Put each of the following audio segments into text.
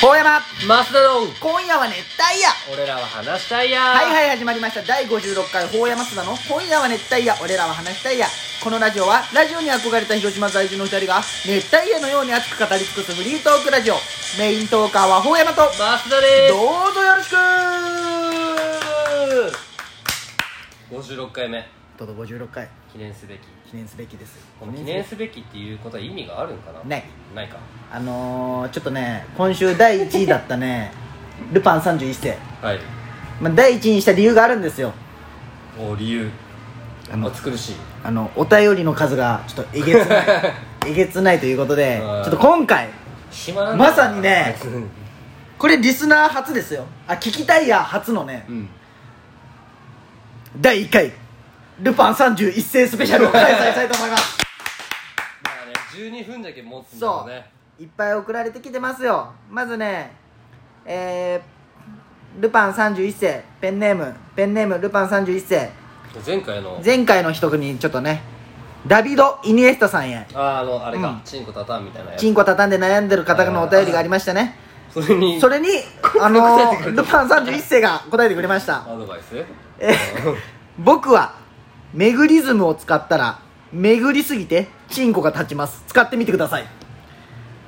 ほうやまマスダの今夜は熱帯夜俺らは話したいやはいはい始まりました第56回ほうやますだの今夜は熱帯夜俺らは話したいやこのラジオはラジオに憧れた広島在住の2人が熱帯夜のように熱く語り尽くすフリートークラジオメイントーカーはほうやまとどマスダでうぞよろしくす56回目どうぞ56回記念すべき記念すべきですこの記念すべきっていうことは意味があるんかなないないかあのー、ちょっとね今週第1位だったねルパン31世、はいまあ、第1位にした理由があるんですよお理由あの暑苦しいあのお便りの数がちょっとえげつないえげつないということでち はょいっと今回暇なんだまさにねあいつうんこれリスナー初ですよあ聞きたいや初のねうん第1回ルパン31世スペシャルを開催したいと思います まあね12分だけ持つんそだよう、ねいっぱい送られてきてますよまずねえー、ルパン31世ペンネームペンネームルパン31世前回の前回の一組にちょっとねダビド・イニエスタさんへあーあのあれうんかチンコタタンみたいなやチつンコ畳んで悩んでる方のお便りがありましたねそれにそれに、あのー、ルパン31世が答えてくれました。アドバイスえ僕は、メグリズムを使ったら、めぐりすぎて、チンコが立ちます。使ってみてください。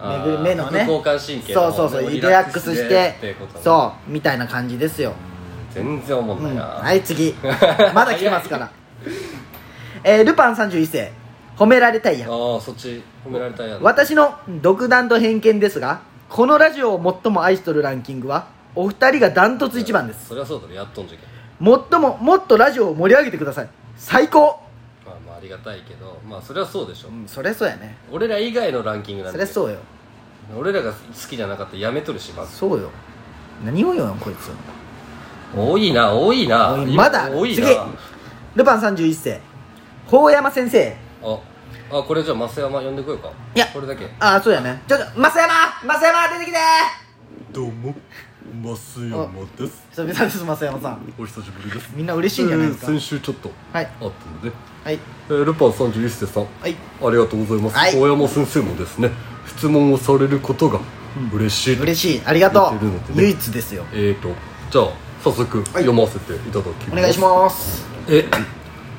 あ ーめぐり目のね。副交感神経のそ方うそうそう、ねリラックスしでてってこと、ねそう、みたいな感じですよ。全然思んうないん。な、はい、次。まだ来てますから。えールパン31世、褒められたいや。ああそっち褒められたいやん私の独断と偏見ですが、このラジオを最も愛しとるランキングは、お二人がダントツ一番です。そりゃそうだろやっとんじゃけんもっとももっとラジオを盛り上げてください最高、まあまあありがたいけどまあそりゃそうでしょ、うん、そりゃそうやね俺ら以外のランキングなんそでりゃそうよ俺らが好きじゃなかったらやめとるしまずそうよ何を言うのこいつ多いな多いな多いまだ多いな次ルパン31世法山先生ああこれじゃあ増山呼んでこようかいやこれだけああそうやねちょっと増山増山出てきてどうも、マスヤマです。久々です増山さんお久しぶりです。みんな嬉しいんじゃないですか、えー先週ちょっとはいあったので、はいえールパン三十一世さん、あはいりがとうございます。はい大山先生もですね、質問をされることが嬉しいと。嬉しいありがと言ってるのってうね唯一ですよえーと、じゃあ早速読ませていただきます。お願いしますえ、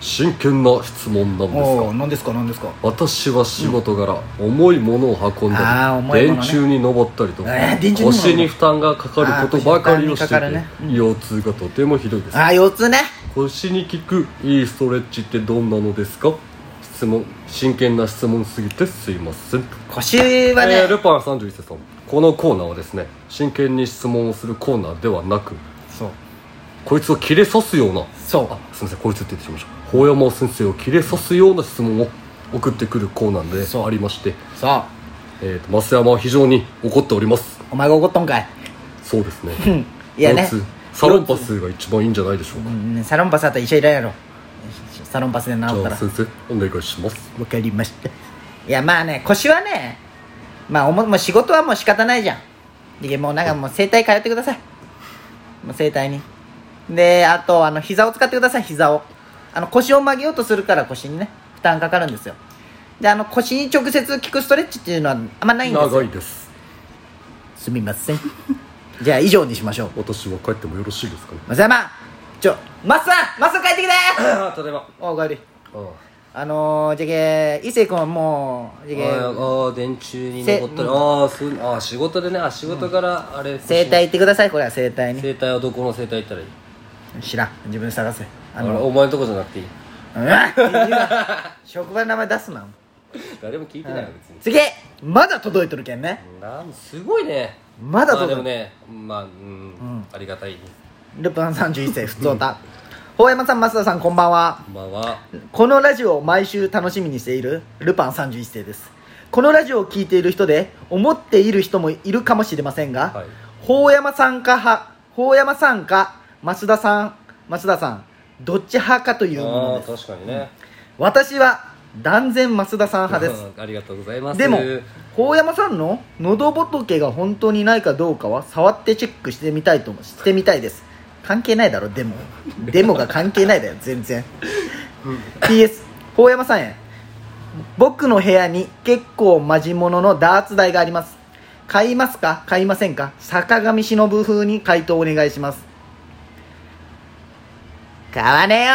真剣な質問なんですが。おお何ですか何ですか私は仕事柄、重いものを運んあーだり、重い電ものね柱に登ったりとか、えー電柱にも登る腰に負担がかかることばかりをしていあー腰て、に負担にかか腰痛がとてもひどいですああ腰痛ね腰に効くいいストレッチってどんなのですか質問真剣な質問すぎてすいません、腰はねえー、ルパン31世さんこのコーナーはですね真剣に質問をするコーナーではなくそうこいつを切れさすようなそうあすみませんこいつって言ってしまいました法山先生を切れさすような質問を送ってくるコーナーそうでありまして、そうえー、と増山は非常に怒っておりますお前が怒っとんかいそうですねうん いやね腰痛サロンパスが一番いいんじゃないでしょうか、うんサロンパスあったら医者いらんやろサロンパスで治っじたゃあら先生お願いしますわかりましたいやまあね腰はねまあおももう仕事はもう仕方ないじゃんでもうなんかもう整体通ってくださいもう整体にであとあの膝を使ってください膝をあの腰を曲げようとするから腰にね負担かかるんですよであの腰に直接効くストレッチっていうのはあんまないんです長よいですすみませんじゃあ以上にしましょう私は帰ってもよろしいですかね松山ちょマスさんマスさん帰ってきて あただいまおおかえりあーあのー、じゃけ伊勢君はもうじゃけあー電柱に登ったせりああそうあー仕事でねあ仕事からあれ整体行ってくださいこれは整体に整体はどこの整体行ったらいい知らん自分で探せああののお前のとこじゃなくていいうわっ言うな職場の名前出すな誰も聞いてないよ別に次まだ届いとるけんねなんすごいねまだまあ届でいともるねまあうんありがたいルパン31世ふつおた大山さん増田さんこんばんはこんばんはこのラジオを毎週楽しみにしているルパン31世ですこのラジオを聞いている人で思っている人もいるかもしれませんが、はい法山さんか派法山さんか増田さん増田さんどっち派かというもあのあです確かにね私は断然増田さん派ですうん ありがとうございますでも法山さんの喉仏が本当にないかどうかは触ってチェックしてみたいと思うしてみたいです関係ないだろで もでもが関係ないだよ全然 PS 法山さんへ僕の部屋に結構マジモノのダーツ台があります買いますか買いませんか坂上忍風に回答お願いします買わねえよ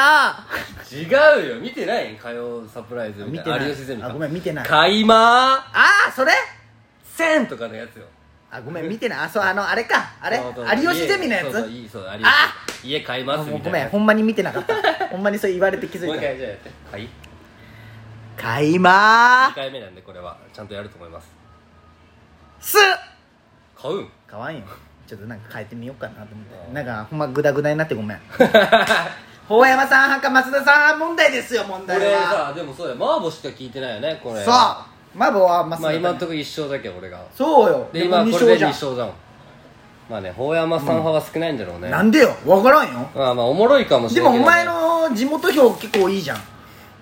違うよ見てない火曜サプライズみ見たいてなない有吉ゼミあごめん見てないあ買いまあーそれーせんとかのやつよあごめん見てないあそうあのあれかあれそうそう有吉ゼミのやつそうそういいそう有吉あ家買いあますもうみたごいめなんほんまに見てなかったほんまにそれ言われて気づもう一いた回じゃあやって買い買いま2回目なんでこれはちゃんとやると思いますーす 買うん買わんよちょっとなんか変えてみようかなと思ってなんかほんまグダグダになってごめん大山さん派か増田さん派問題ですよ問こ題れはさでもそうだよマーボしか聞いてないよねこれそうマボは増田まだあね今んとこ一勝だけど俺がそうよで今こ二れで勝じ2ゃん勝だもんまあね法山さん派は少ないんだろうねなんでよ分からんよまあまあおもろいかもしでれなもいおけど前の地元票結構いいじゃん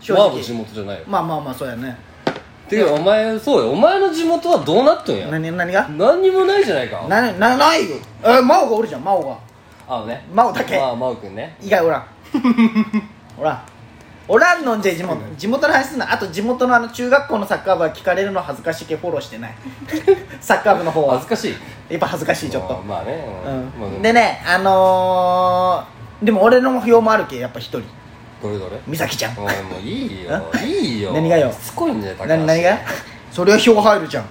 正マーボ地直元じゃないよまあまあまあそうやねていうかお前そうよお前の地元はどうなっとんや何何が何にもないじゃないかななないよえ真央がおるじゃん真央があのね真央だけまあ真央君ね以外 おらんおらんおらんのんじゃ地元地元の話すんなあと地元のあの中学校のサッカー部は聞かれるの恥ずかしいけどフォロー してないサッカー部の方恥はずかしいやっぱ恥ずかしいちょっと、まあまあねうんうまあん、でねあのー、でも俺の票もあるけやっぱ一人どれどれ美咲ちゃんお前もういいよいいよ何がよしつこいんだよ高橋何何が それは票入るじゃん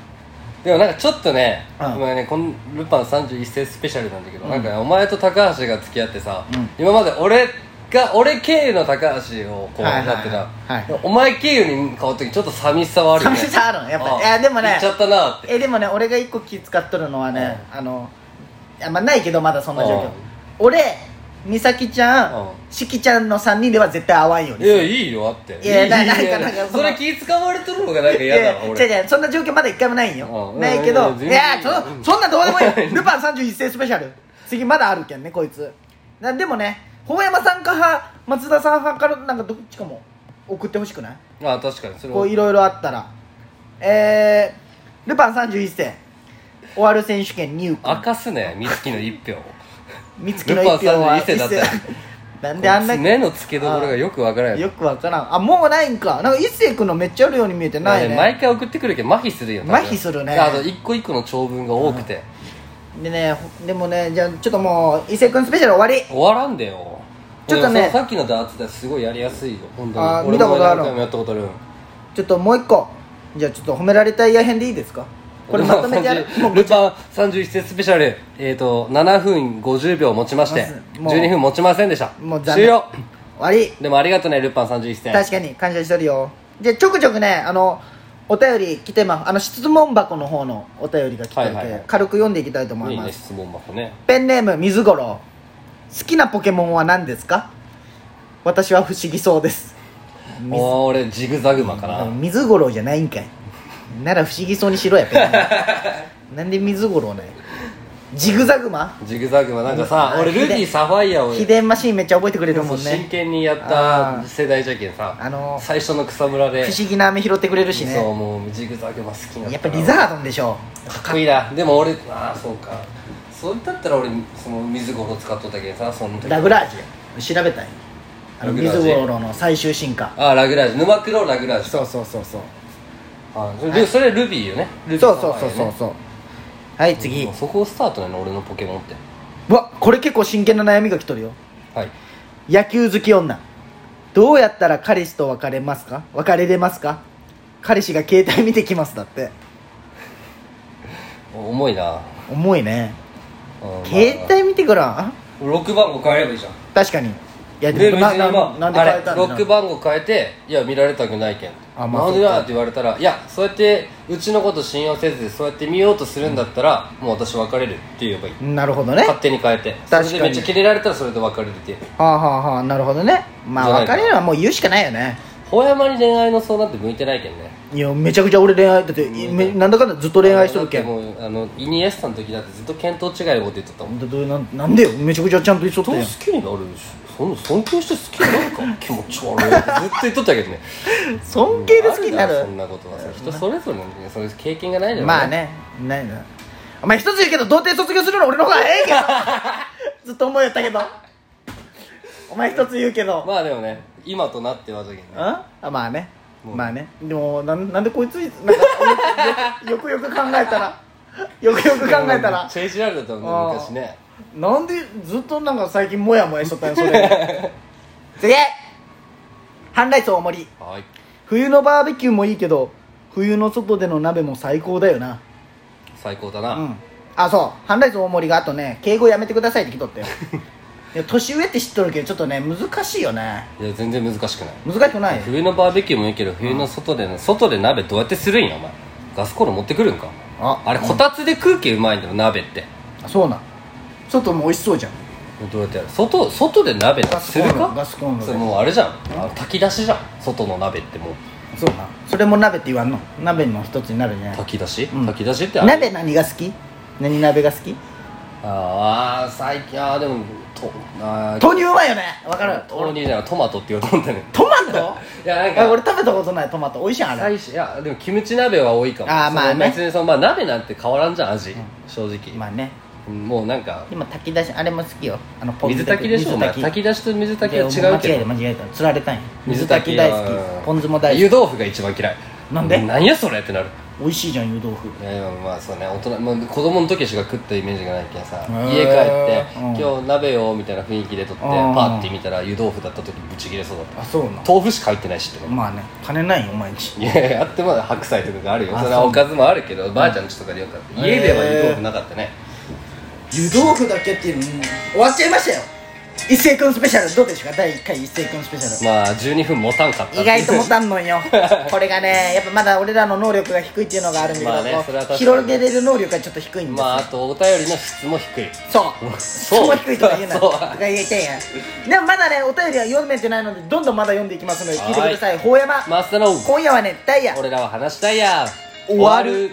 でもなんかちょっとね、うんお前ねこの「ルパン31世スペシャル」なんだけど、なんかねお前と高橋が付き合ってさ、うん今まで俺が俺経由の高橋をこうはいはいはいなってた、はいでもお前経由に変わった時ちょっと寂しさはあるよね寂しさあるのやっぱうんいやでもね行っちゃったなーってえでもね俺が一個気使っとるのはね、あのいやまあないけどまだそんな状況、うん俺美咲ちゃん、うんしきちゃんの3人では絶対合わんようにいやいいよあっていやななんかいやなんかそそのれ気使われてるのがなんかい嫌だやわいや俺違う違うそんな状況まだ一回もないんよ、うんないけどうんいいやいやや全然いいそようんそんなんどうでもいいよルパン31世スペシャル次まだあるけんねこいつなでもね本山さんか派松田さん派からなんかどっちかも送ってほしくないあ確かにそれこはういろいろあったらえー、ルパン31世終わる選手権入明君かすね美月の一票美月の一票はルパン31世だったよなんであんな目の付けどころがよくわからないよくわからんあもうないんかなんか一世君のめっちゃあるように見えてないね毎回送ってくるけど麻痺するよ多分麻痺するねあと一個一個の長文が多くてでねほでもねじゃあちょっともう伊勢くんスペシャル終わり終わらんでよちょっとねでもささっきのダーツですごいやりやすいよ本当にあー俺も見たことある何回もやったことあるちょっともう一個じゃあちょっと褒められたいや編でいいですかこれまとめてやるルパン30ルパン31世スペシャルえっ、と7分50秒持ちましてもう12分持ちませんでしたもう残念終了終わりでもありがとうねルパン31世確かに感謝してるよじゃあちょくちょくねあのお便り来てますあの質問箱の方のお便りが来てるんで、はいはいはい軽く読んでいきたいと思いいいますね質問箱ねペンネーム水五郎好きなポケモンは何ですか私は不思議そうです水おー俺ジグザグマかな、水五郎じゃないんかいなら不思議そうにしろやペン なんで水五郎ねジグザグマジグザグマなんかさうん俺ルビーサファイアを秘伝マシーンめっちゃ覚えてくれるもん真ね剣にやっあたー世代じゃけんさあのー最初の草むらで不思議な飴拾ってくれるしそねうもうジグザグマ好きなやっぱリザードンでしょかっこいいなでも俺ああそうかそれだったら俺その水ごろ使っとったけどさその時ラグラージュ調べたいあのラグラー水ジュ五郎の最終進化ああラグラージュ沼黒ラグラージュそうそうそうそうあーそれでそれルビーよねルビーそうそうそうそうそうはい次もうそこをスタートなの俺のポケモンってうわこれ結構真剣な悩みが来とるよはい野球好き女どうやったら彼氏と別れますか別れれますか彼氏が携帯見てきますだってお重いな、重いねうんまあ携帯見てから6番号変えればいいじゃん確かにいやで別にななまなんでああ変えれたんロだック番号変えていや見られたくないけんあまあなんそうでかだって言われたらいやそうやってうちのこと信用せずそうやって見ようとするんだったらもう私別れるって言えばいいなるほどねは勝手に変えて確かにそれでめっちゃキレられたらそれで別れるって言えばいいあはあはあなるほどねまあじゃない別かれるのはもう言うしかないよねほやまに恋愛の相談って向いてないけんねいやめちゃくちゃ俺恋愛だってうんめなんだかんだずっと恋愛しとるけあんのだってもうあのイニエスタの時だってずっと見当違いのこと言ってたもんどどなんなんでよめちゃくちゃちゃんと一緒っ人たをや好んきになるしそんな尊敬して好きになるか気持ち悪 いってずっと言っとったけどね尊敬で好きになあだろるそんなことはさ人それぞれのねそういう経験がないじゃ んまあねないなお前一つ言うけど童貞卒業するの俺の方がええ けどずっと思いやったけどお前一つ言うけど、まあでもね今となってはだけどねあ、んあまあねも うまあねでもなんなんでこいつなんかよよくよく考えたらよくよく考えたらチェイジラルだったもんね昔ねなんでずっとなんか最近モヤモヤしとったんやそ れ次半ライス大盛りはい冬のバーベキューもいいけど冬の外での鍋も最高だよな最高だうなんあそう半ライス大盛りがあとね敬語やめてくださいって来 とったよいや年上って知っとるけどちょっとね難しいよねいや全然難しくない難しくない冬のバーベキューもいいけど冬の外での外で鍋どうやってするんやお前ガスコンロ持ってくるんかああれこたつで空気うまいんだよ鍋ってそうなん外も美味しそうじゃんどうやってやる外外で鍋なんガてスすコンるロかガスコンロでそれもうあれじゃんあの炊き出しじゃん外の鍋ってもうそうなんそれも鍋って言わんの鍋の一つになるんじゃない炊き出し、ん炊き出しってあれ鍋何が好き何鍋が好きああ最近ああでもとあー豆乳うまいよねわかる豆乳じゃないトマトって言おうと思ったねトマト いやなんあか俺食べたことないトマト美味しいあれ最初いやでもキムチ鍋は多いかもあーまあねその別にその、まあ、鍋なんて変わらんじゃん味、正直、まあねもうなんか今炊き出しあれも好きよあのポン酢水炊きでしょお前水炊き出しと水炊き炊きは違う間違けえどた間違えた釣られたんや水炊きは大好きポン酢も大好湯き豆腐が一番嫌いなんで何やそれってなる美味しいじゃん湯豆腐いやいやまあそうね大人、まあ、子供の時しか食ったイメージがないけどさー家帰って「うん今日鍋よ」みたいな雰囲気で撮ってパうんーって見たら湯豆腐だった時ブチ切れそうだったあそうな豆腐しか入ってないしってのまあね金ないよお前んちいやいやあってまだ白菜とかがあるよあそれはおかずもあるけどばあちゃんちとかでよかった家では湯豆腐なかったね湯豆腐だけっていうのもう終わっちゃいましたよ一斉くんスペシャルどうでしょうか第1回一斉くんスペシャルまあ12分持たんかった意外と持んたんのんよこれがねやっぱまだ俺らの能力が低いっていうのがあるんだけど、まあねこうそれは確かに広げれる能力がちょっと低いんですよ、 まああとお便りの質も低いそう質そうも低いとか言うなそうとか言いたいやんでもまだねお便りは読めてないのでどんどんまだ読んでいきますので聞いてくださいほうやまマスターの今夜は熱帯夜俺らは話したいや終わる